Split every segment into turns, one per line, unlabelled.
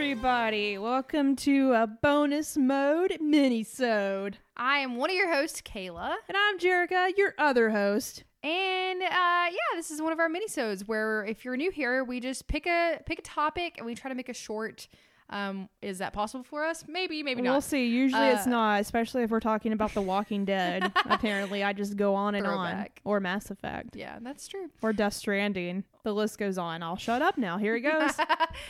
everybody. Welcome to a bonus mode mini-sode.
I am one of your hosts, Kayla,
And I'm Jerica, your other host.
and uh, yeah, this is one of our minisodes where if you're new here, we just pick a pick a topic and we try to make a short. Um, is that possible for us? Maybe, maybe
We'll
not.
see. Usually it's
Uh,
not, especially if we're talking about The Walking Dead. Apparently, I just go on and
Throwback.
on. Or Mass Effect.
Yeah, that's true.
Or Death Stranding. The list goes on. I'll shut up now. Here it goes.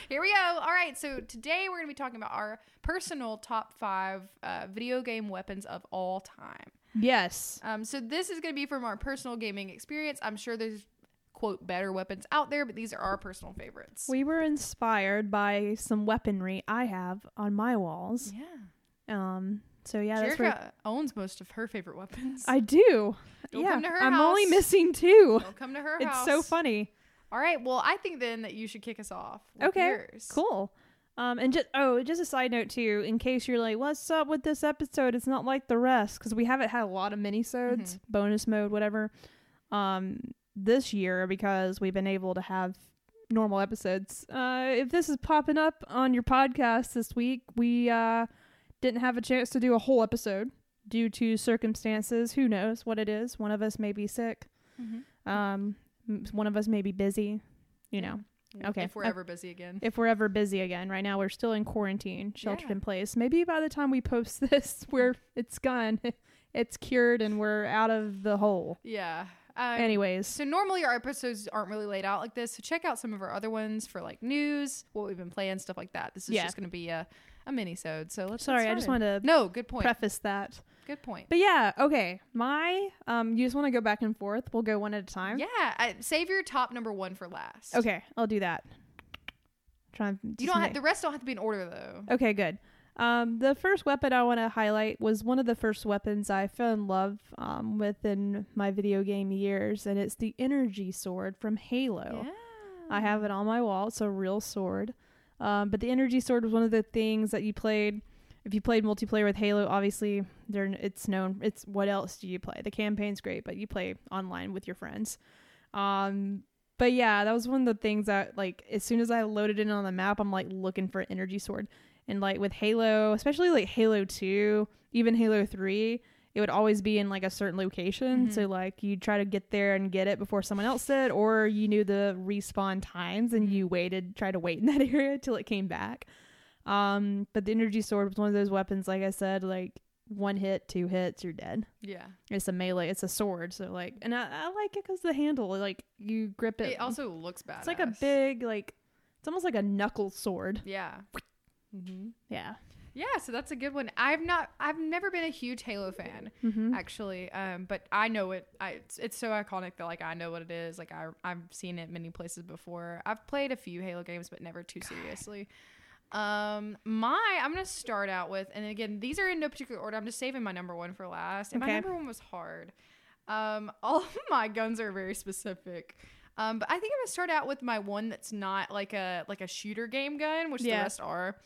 Here we go. All right, so today we're gonna be talking about our personal top five uh, video game weapons of all time.
yes.
Um, so this is going to be from our personal gaming experience. I'm sure there's quote better weapons out there, but these are our personal favorites.
We were inspired by some weaponry I have on my walls.
yeah,
Um. So yeah, that's where
Jerica owns most of her favorite weapons.
I do.
You'll
yeah,
come to her
I'm only
house.
missing two.
Don't come to her
It's
house.
so funny.
All right, well, I think then that you should kick us off. With
Okay,
yours.
Cool. Um, and just oh, just a side note too, in case you're like, what's up with this episode? It's not like the rest because we haven't had a lot of minisodes, bonus mode, whatever, um, this year because we've been able to have normal episodes. Uh, if this is popping up on your podcast this week, we uh, didn't have a chance to do a whole episode due to circumstances. Who knows what it is? One of us may be sick.
Mhm.
Um, m- one of us may be busy. You know. Okay.
If we're
Uh,
ever busy again.
if we're ever busy again. Right now, we're still in quarantine, sheltered
Yeah.
in place. Maybe by the time we post this, we're it's gone, it's cured, and we're out of the hole.
Yeah. Um,
Anyways,
So normally our episodes aren't really laid out like this. So check out some of our other ones for like news, what we've been playing, stuff like that. This is
Yeah.
just going to be a a mini sode. So let's. get
sorry, I just
started.
wanted to
No, good point.
preface that.
Good point.
But yeah, okay. My um, you just want to go back and forth. We'll go one at a time.
Yeah, I, save your top number one for last.
Okay, I'll do that. Try and
You
just
don't
make-
have the rest. Don't have to be in order though.
Okay, good. Um, the first weapon I want to highlight was one of the first weapons I fell in love um, with in my video game years, and it's the energy sword from Halo. Oh. I have it on my wall. It's a real sword. Um, but the energy sword was one of the things that you played. If you played multiplayer with Halo, obviously there it's known. It's what else do you play? The campaign's great, but you play online with your friends. Um, but yeah, that was one of the things that like as soon as I loaded in on the map, I'm like looking for an energy sword. And like with Halo, especially like Halo 2, even Halo 3, it would always be in like a certain location. So like you try to get there and get it before someone else did, or you knew the respawn times and
Mm-hmm.
you waited, try to wait in that area till it came back. Um, but the energy sword was one of those weapons, like I said, like one hit, two hits, you're dead.
Yeah.
It's a melee, it's a sword. So like, and I, I like it because the handle, like you grip it.
It also looks bad.
it's like a big, like it's almost like a knuckle sword.
Yeah. hmm
Yeah.
Yeah. So that's a good one. I've not. I've never been a huge Halo fan
Mm-hmm.
actually. Um, but I know it. I it's, it's so iconic that like I know what it is. Like I I've seen it many places before. I've played a few Halo games, but never too seriously. Um, my I'm gonna start out with, and again, these are in no particular order. I'm just saving my number one for last, and
Okay.
my number one was hard. Um, all of my guns are very specific. Um, but I think I'm gonna start out with my one that's not like a like a shooter game gun, which
Yeah.
the rest are.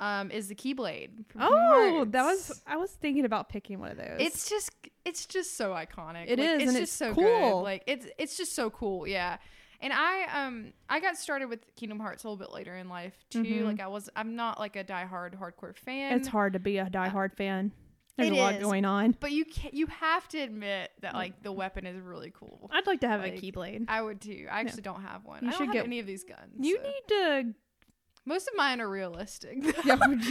Um, is the Keyblade? from
Oh, that
Hearts.
was I was thinking about picking one of those.
It's just it's just so iconic.
It
It is.
is,
It's
and
just
it's
so
cool.
good. Like it's it's just so cool. Yeah. And I um I got started with Kingdom Hearts a little bit later in life too.
Mhm.
Like I was I'm not like a diehard hardcore fan.
it's hard to be a diehard fan. There's
It
a lot
is.
going on.
But you can you have to admit that like the weapon is really cool.
I'd like to have a
Like,
keyblade.
I would too. I actually don't have one.
You
I don't
should
have
get-
any of these guns.
You
so-
need
most of mine are realistic.
to.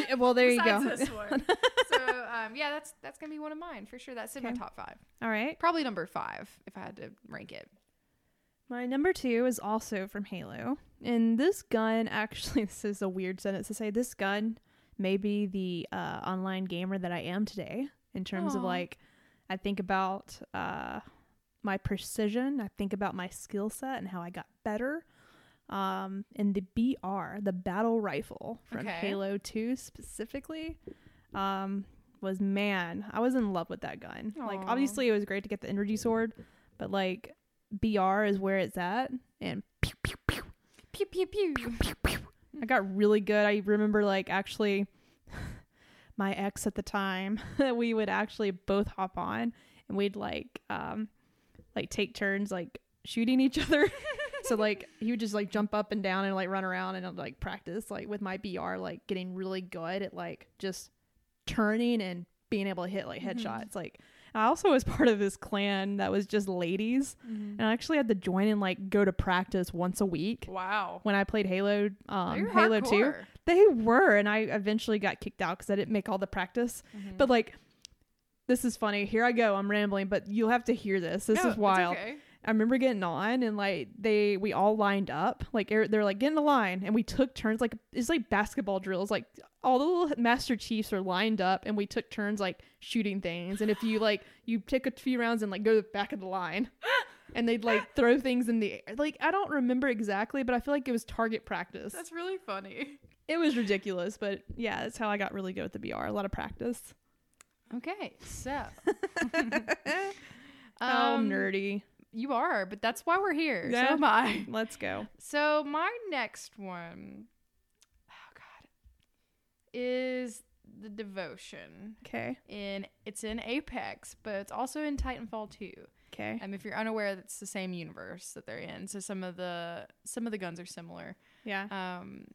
Yeah, well, there you
Besides
go.
this one. so um, yeah, that's that's gonna be one of mine for sure. That's in my
Okay.
top five.
All right.
Probably number five if I had to rank it.
My number two is also from Halo. And this gun, actually, this is a weird sentence to say. This gun may be the uh, online gamer that I am today in terms of
Aw.
like, I think about uh, my precision, I think about my skill set and how I got better. Um, and the BR, the battle rifle from
Okay.
Halo 2 specifically, um, was man, I was in love with that gun. Like,
Aw.
obviously, it was great to get the energy sword, but like, BR is where it's at, and pew, pew, pew,
Pew pew pew.
pew, pew. I got really good. I remember like actually my ex at the time, we would actually both hop on and we'd like um like take turns like shooting each other so like he would just like jump up and down and like run around and I'd like practice like with my BR like getting really good at like just turning and being able to hit like
Mhm.
headshots. Like I also was part of this clan that was just ladies and I actually had to join and like go to practice once a week
Wow. Oh,
when I played Halo um
You're
Halo 2.
hardcore.
They were, and I eventually got kicked out because I didn't make all the practice.
Mhm.
But like, this is funny. Here I go. I'm rambling, but you'll have to hear this. This
No,
is
it's
wild.
okay.
I remember getting on, and like they, we all lined up. Like they're, they're like get in the line, and we took turns. Like it's like basketball drills. Like all the little Master Chiefs are lined up, and we took turns like shooting things. And if you like, you take a few rounds and like go to the back of the line. And they'd like throw things in the air. Like I don't remember exactly, but I feel like it was target practice
That's really funny.
it was ridiculous, but yeah, that's how I got really good with the BR. A lot of practice.
Okay, so
How
Um,
nerdy.
You are, but that's why we're here.
Yeah.
So am I.
Let's go.
So my next one, oh god, is the devotion,
Okay.
and it's in Apex, but it's also in Titanfall 2.
Okay.
Um, if you're unaware, that's the same universe that they're in. So some of the some of the guns are similar.
Yeah.
Um,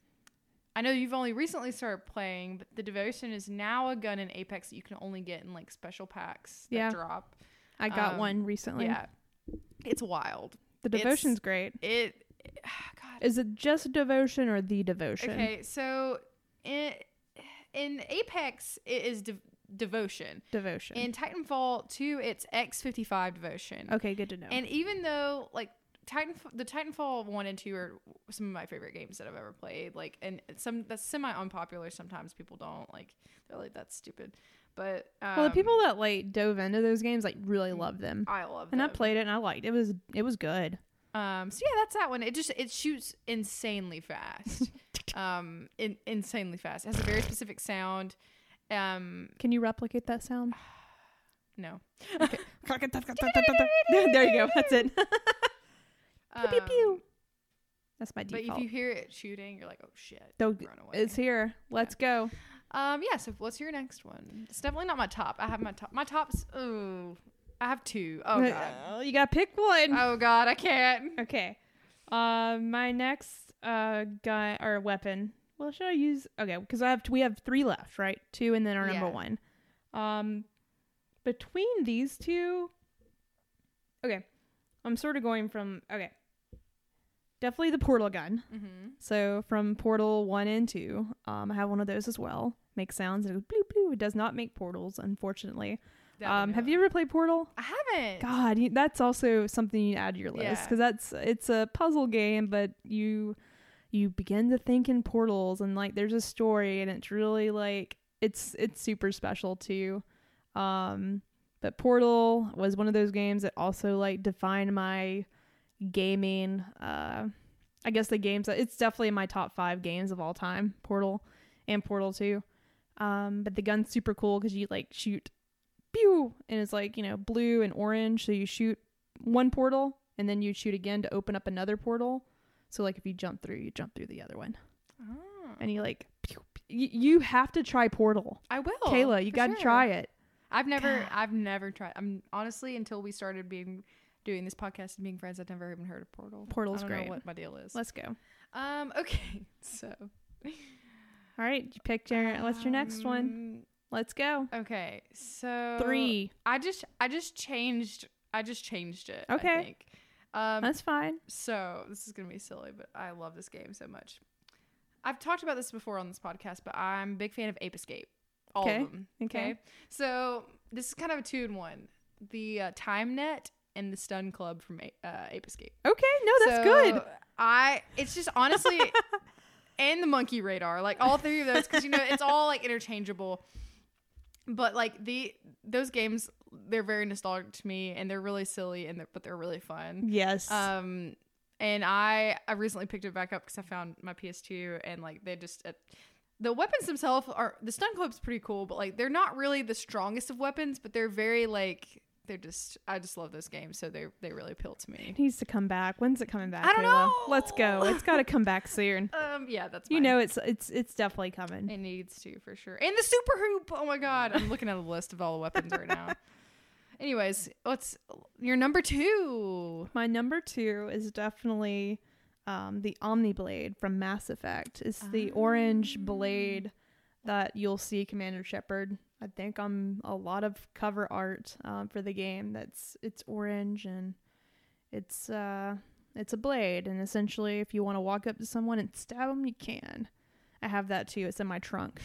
I know you've only recently started playing, but the devotion is now a gun in Apex that you can only get in like special packs that
Yeah.
drop.
I got
um,
one recently.
Yeah, it's wild.
The
it's-
devotion's great.
It, God,
Is it just devotion or the devotion?
Okay, so in, in Apex, it is de- devotion.
Devotion.
In Titanfall 2, it's X55 devotion.
okay, good to know.
And even though, like, Titan, the Titanfall 1 and 2 are some of my favorite games that I've ever played. Like, and some that's semi unpopular. Sometimes people don't like, they're like, that's stupid. But, um, Mm,
well, the people that like dove into those games like really loved them.
I love
And I
them.
played it and I liked it. It was it was good.
Um, so yeah, that's that one. It just it shoots insanely fast, um, in, insanely fast. It has a very specific sound. Um,
Can you replicate that sound?
no,
there you go. That's it.
um,
pew, pew. That's my
But if
default.
you hear it shooting, you're like, oh shit,
Don't-
run away.
It's here. Let's go.
um, yeah. So what's your next one? It's definitely not my top. I have my top. My tops. Ooh, I have two. Oh god.
Uh, you gotta pick one.
Oh god, I can't.
Okay. Uh, my next uh gun or weapon. Well, should I use? Okay, because I have we have three left, right? Two, and then our number
Yeah.
one. Um, between these two. Okay, I'm sort of going from okay. Definitely the portal gun.
Mm-hmm.
So from Portal One and Two, um, I have one of those as well. Makes sounds. It goes bloop bloop. It does not make portals, unfortunately. Um, have you ever played Portal?
I haven't.
God, you, that's also something you add to your list
Yeah.
because that's it's a puzzle game, but you you begin to think in portals and like there's a story and it's really like it's it's super special too. Um, but Portal was one of those games that also like defined my gaming. Uh, I guess the games that it's definitely in my top five games of all time. Portal and Portal Two. Um, but the gun's super cool because you like shoot pew and it's like you know blue and orange so you shoot one portal and then you shoot again to open up another portal so like if you jump through you jump through the other one
Oh.
and you like pew, pew. You, you have to try portal
I will.
kayla you
Oh, for
gotta
sure.
try it
I've never,
God.
I've never tried. I'm honestly until we started being doing this podcast and being friends, I've never even heard of Portal.
Portal's
I don't know
great.
what my deal is.
let's go all
um. Okay. So.
right you picked your what's your next one let's go
Um, Okay. Um, So
three
I just, I just changed. I just changed it.
Okay.
I think. Um.
that's fine
so this is gonna be silly, but I love this game so much. I've talked about this before on this podcast, but I'm a big fan of Ape Escape. All
Okay.
of them.
okay,
Okay. So this is kind of a two in one: the uh, Time Net and the Stun Club from A- uh, Ape Escape.
okay no Oh, that's
So,
good
I. It's just honestly, and the Monkey Radar, like all three of those, because you know it's all like interchangeable. But like the those games, they're very nostalgic to me, and they're really silly, and they're, but they're really fun.
yes
Um, and I I recently picked it back up because I found my PS2 and like they just uh, the weapons themselves are the stun club's pretty cool, but like they're not really the strongest of weapons, but they're very like they're just I just love those games, so they they really appeal to me.
it needs to come back when's it coming back
I don't
Kayla?
know.
let's go it's gotta come back soon
Um, yeah, that's
you
mine.
know it's it's it's definitely coming
it needs to for sure. And the super hoop, oh my god, I'm looking at a list of all the weapons right now. Anyways, what's your number two?
My number two is definitely um, the Omni Blade from Mass Effect. It's the orange blade that you'll see Commander Shepard. I think on a lot of cover art um, for the game. That's it's orange and it's uh, it's a blade, and essentially, if you want to walk up to someone and stab them, you can. I have that too. It's in my trunk.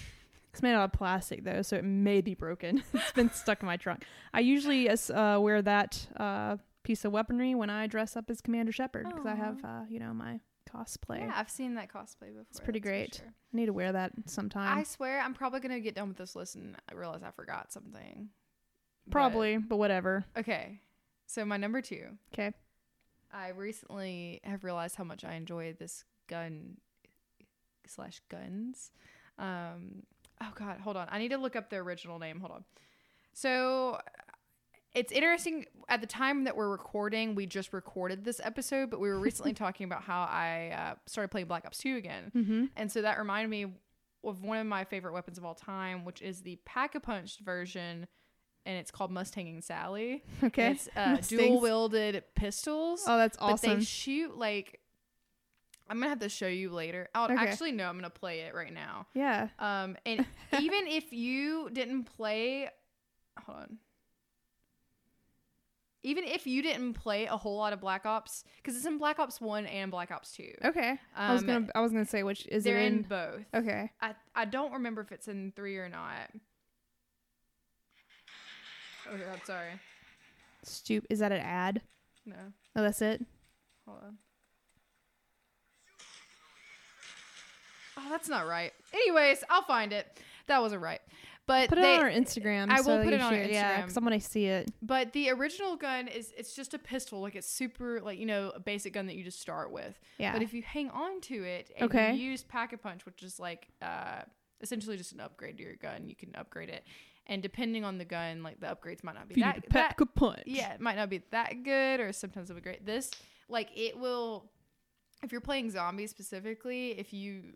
It's made out of plastic though, so it may be broken. it's been stuck in my trunk. I usually uh, wear that uh, piece of weaponry when I dress up as Commander Shepard because I have, uh, you know, my cosplay.
Yeah, I've seen that cosplay before.
It's pretty
that's for
great.
sure.
I need to wear that sometime.
I swear, I'm probably gonna get done with this list and I realize I forgot something. But-
Probably, but whatever.
okay. So my number two.
'Kay.
I recently have realized how much I enjoy this gun slash guns. Um. Oh God, hold on. I need to look up the original name. Hold on. So. It's interesting at the time that we're recording, we just recorded this episode, but we were recently talking about how I uh, started playing Black Ops 2 again.
Mm-hmm.
And so that reminded me of one of my favorite weapons of all time, which is the pack a punch version, and it's called Mustanging Sally.
Okay.
And it's uh,
Mustangs.
dual wielded pistols,
oh, that's
but
awesome.
they shoot like. I'm gonna have to show you later. I'll
Okay.
actually no, I'm gonna play it right now.
yeah.
Um, and even if you didn't play, hold on. Even if you didn't play a whole lot of Black Ops, because it's in Black Ops One and Black Ops Two.
Okay. I was
Um,
gonna. I was gonna say which is it
they're in
in.
both.
okay.
I I don't remember if it's in three or not. Oh God, sorry.
Stoop. Is that an ad?
No,
Oh, that's it.
hold on. Oh, that's not right. Anyways, I'll find it. That wasn't right. But
Put it
they,
on our Instagram.
I will
so
put
you
it on our
should- Yeah,
Instagram.
because I'm gonna see it.
but the original gun is it's just a pistol, like it's super like you know a basic gun that you just start with.
Yeah.
But if you hang on to it and
Okay.
you use pack a punch, which is like uh, essentially just an upgrade to your gun, you can upgrade it. And depending on the gun, like the upgrades might not be
Feed
that,
a
that
pack a punch.
yeah, it might not be that good, or sometimes it'll be great. This, like, it will, if you're playing zombies specifically, if you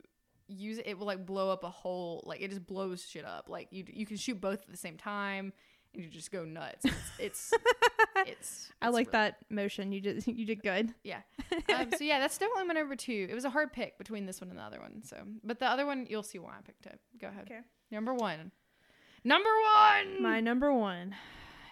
use it, it will like blow up a whole, like it just blows shit up. Like you, you can shoot both at the same time, and you just go nuts. It's, it's, it's
I
it's
like
really-
that motion. You did. You did good.
um, so yeah, that's definitely my number two. It was a hard pick between this one and the other one. So, but the other one, you'll see why I picked it. Go ahead.
Okay.
Number one. Number one.
my number one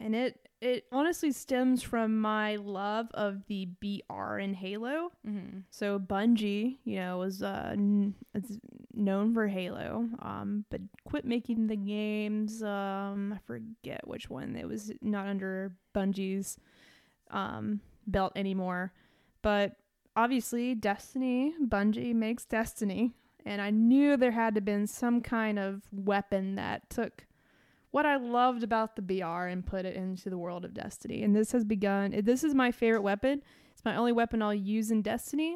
and it it honestly stems from my love of the br in halo
hmm
so bungie you know was uh n- it's known for halo um but quit making the games um i forget which one it was not under bungie's um belt anymore but obviously destiny bungie makes destiny and i knew there had to been some kind of weapon that took what I loved about the BR and put it into the world of Destiny. And this has begun. This is my favorite weapon. It's my only weapon I'll use in Destiny.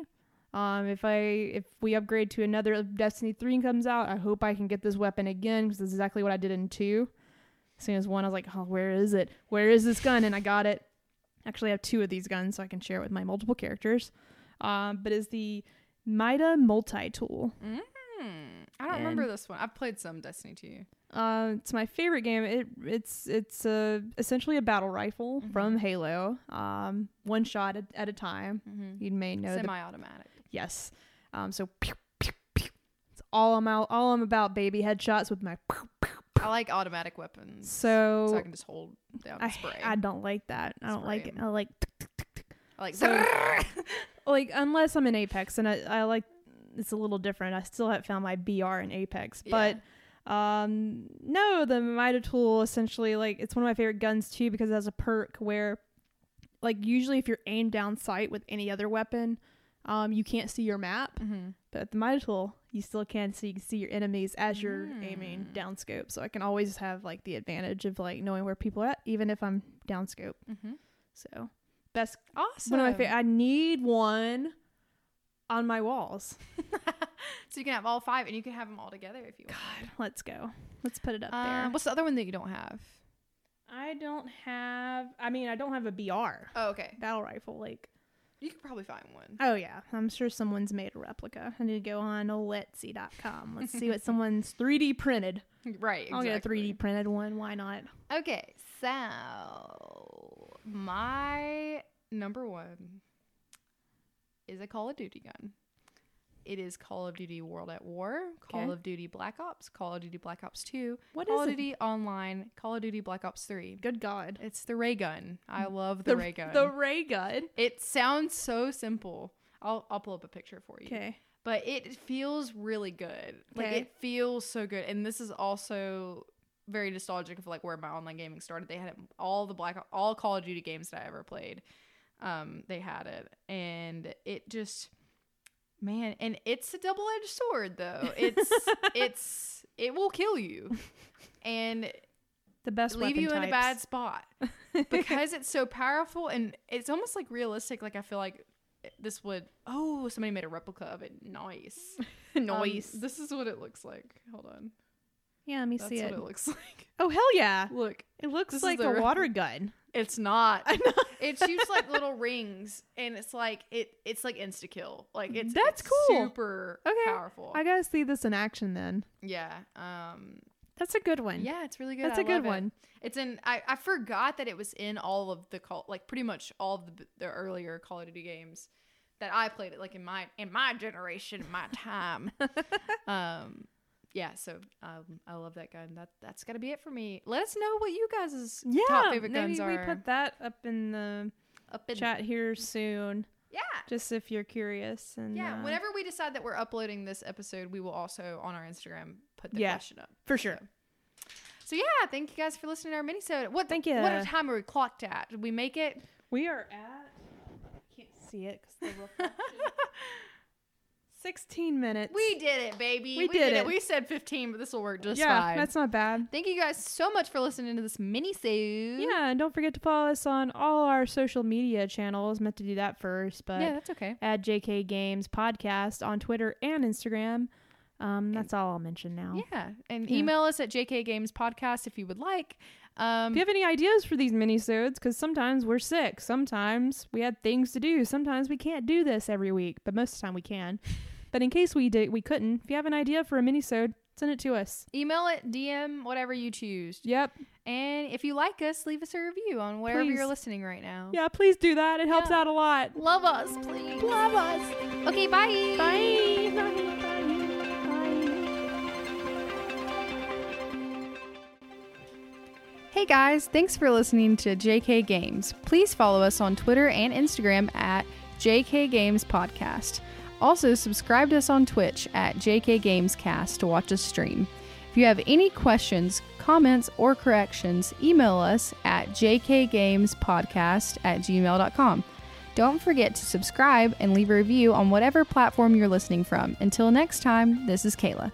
Um, if I if we upgrade to another if Destiny three comes out, I hope I can get this weapon again because that's exactly what I did in two. As soon as one, I was like, oh, where is it? Where is this gun? And I got it. Actually, I have two of these guns, so I can share it with my multiple characters. Um, but is the Mida multi tool.
Hmm. I don't remember this one. I've played some Destiny 2.
Uh, it's my favorite game. It it's it's uh essentially a battle rifle from Halo. Um, one shot at, at a time.
Mm-hmm.
You may know the
Semi-automatic.
yes. Um, so pew, pew, pew. it's all I'm out, all I'm about, baby headshots with my. Pew, pew, pew.
I like automatic weapons,
So,
so I can just hold down and
I,
spray.
I
I,
don't like that. I don't like it.
Spray.
I like
like
so- like unless I'm in Apex and I, I like it's a little different. I still haven't found my BR in Apex, but Um, no, the Mida tool essentially like it's one of my favorite guns too because it has a perk where, like, usually if you're aimed down sight with any other weapon, um, you can't see your map.
Mhm.
But with the Mida tool, you still can so you can see your enemies as you're aiming
Mm.
down scope. So I can always have like the advantage of like knowing where people are at, even if I'm down scope.
Mhm.
So best
awesome.
one of my favorite. I need one on my walls.
so you can have all five, and you can have them all together if you want.
God, let's go. Let's put it up
Uh,
there.
What's the other one that you don't have?
I don't have. I mean, I don't have a BR
Oh, okay.
battle rifle. Like,
You could probably find one.
oh yeah, I'm sure someone's made a replica. I need to go on Oletsy.com. Let's see what someone's 3D printed.
Right.
I'll get a 3D printed one. Why not?
Okay, so My number one is a Call of Duty gun. It is Call of Duty World at War, Call
Okay.
of Duty Black Ops, Call of Duty Black Ops 2,
What
Call
is
of
it?
Duty Online, Call of Duty Black Ops 3.
Good God.
It's the ray gun. I love the, ray gun.
The ray gun.
it sounds so simple. I'll, I'll pull up a picture for you
Okay.
but it feels really good. Like
Okay.
it feels so good. And this is also very nostalgic of like where my online gaming started. They had it, all the black all Call of Duty games that I ever played. Um, they had it, and it just man, and it's a double edged sword though. It's it's it will kill you, and
The best
leave
weapon
you in a bad
types.
spot because it's so powerful and it's almost like realistic. Like I feel like this would oh somebody made a replica of it. Nice um,
noise.
this is what it looks like. Hold on.
yeah, let me
That's
see
what
it.
it looks like.
Oh hell yeah!
Look,
It looks
This is
like
the
a
real-
water gun.
it's not.
I know.
It shoots like little rings, and it's like it. It's like insta kill. Like it's
That's
it's
cool.
Super
Okay.
powerful.
I gotta see this in action then.
yeah. Um.
That's a good one.
Yeah, it's really good.
That's
a
a good one.
It's in. I, I forgot that it was in all of the call, like pretty much all of the, the earlier Call of Duty games that I played. It like in my in my generation, my time. um, yeah. So um, I love that gun. That that's gotta be it for me. Let us know what you guys'
Yeah,
top favorite
maybe
guns
we
are.
put that up in the
up in
chat here soon,
Yeah.
just if you're curious. And
Yeah,
uh,
whenever we decide that we're uploading this episode, we will also on our Instagram put the
Yeah.
question up.
for sure.
So yeah, thank you guys for listening to our mini What
Thank
What
ya.
a time are we clocked at? Did we make it?
We are at. I can't see it because the reflection. Sixteen minutes.
We did it, baby.
We did it.
We said 15, but this will work just
yeah,
fine.
that's not bad.
Thank you guys so much for listening to this mini save.
Yeah, and don't forget to follow us on all our social media channels. Meant to do that first, but
Yeah, that's okay.
at JK Games Podcast on Twitter and Instagram. Um, that's all I'll mention now.
Yeah. And
Oh. Yeah.
email us at jkgamespodcast if you would like. Um,
If you have any ideas for these minisodes, because sometimes we're sick, sometimes we had things to do, sometimes we can't do this every week, but most of the time we can. But in case we did, we couldn't. If you have an idea for a minisode, send it to us.
Email it, DM, whatever you choose.
Yep.
And if you like us, leave us a review on wherever
Please.
you're listening right now.
Yeah, please do that. It helps
Yeah.
out a lot.
Love us, please. Love us. Okay, bye.
Bye. Bye. Bye.
Hey guys, thanks for listening to JK Games. Please follow us on Twitter and Instagram at JK Games Podcast. Also, subscribe to us on Twitch at JK Games Cast to watch us stream. If you have any questions, comments, or corrections, email us at jkgamespodcast at gmail.com. Don't forget to subscribe and leave a review on whatever platform you're listening from. Until next time, this is Kayla.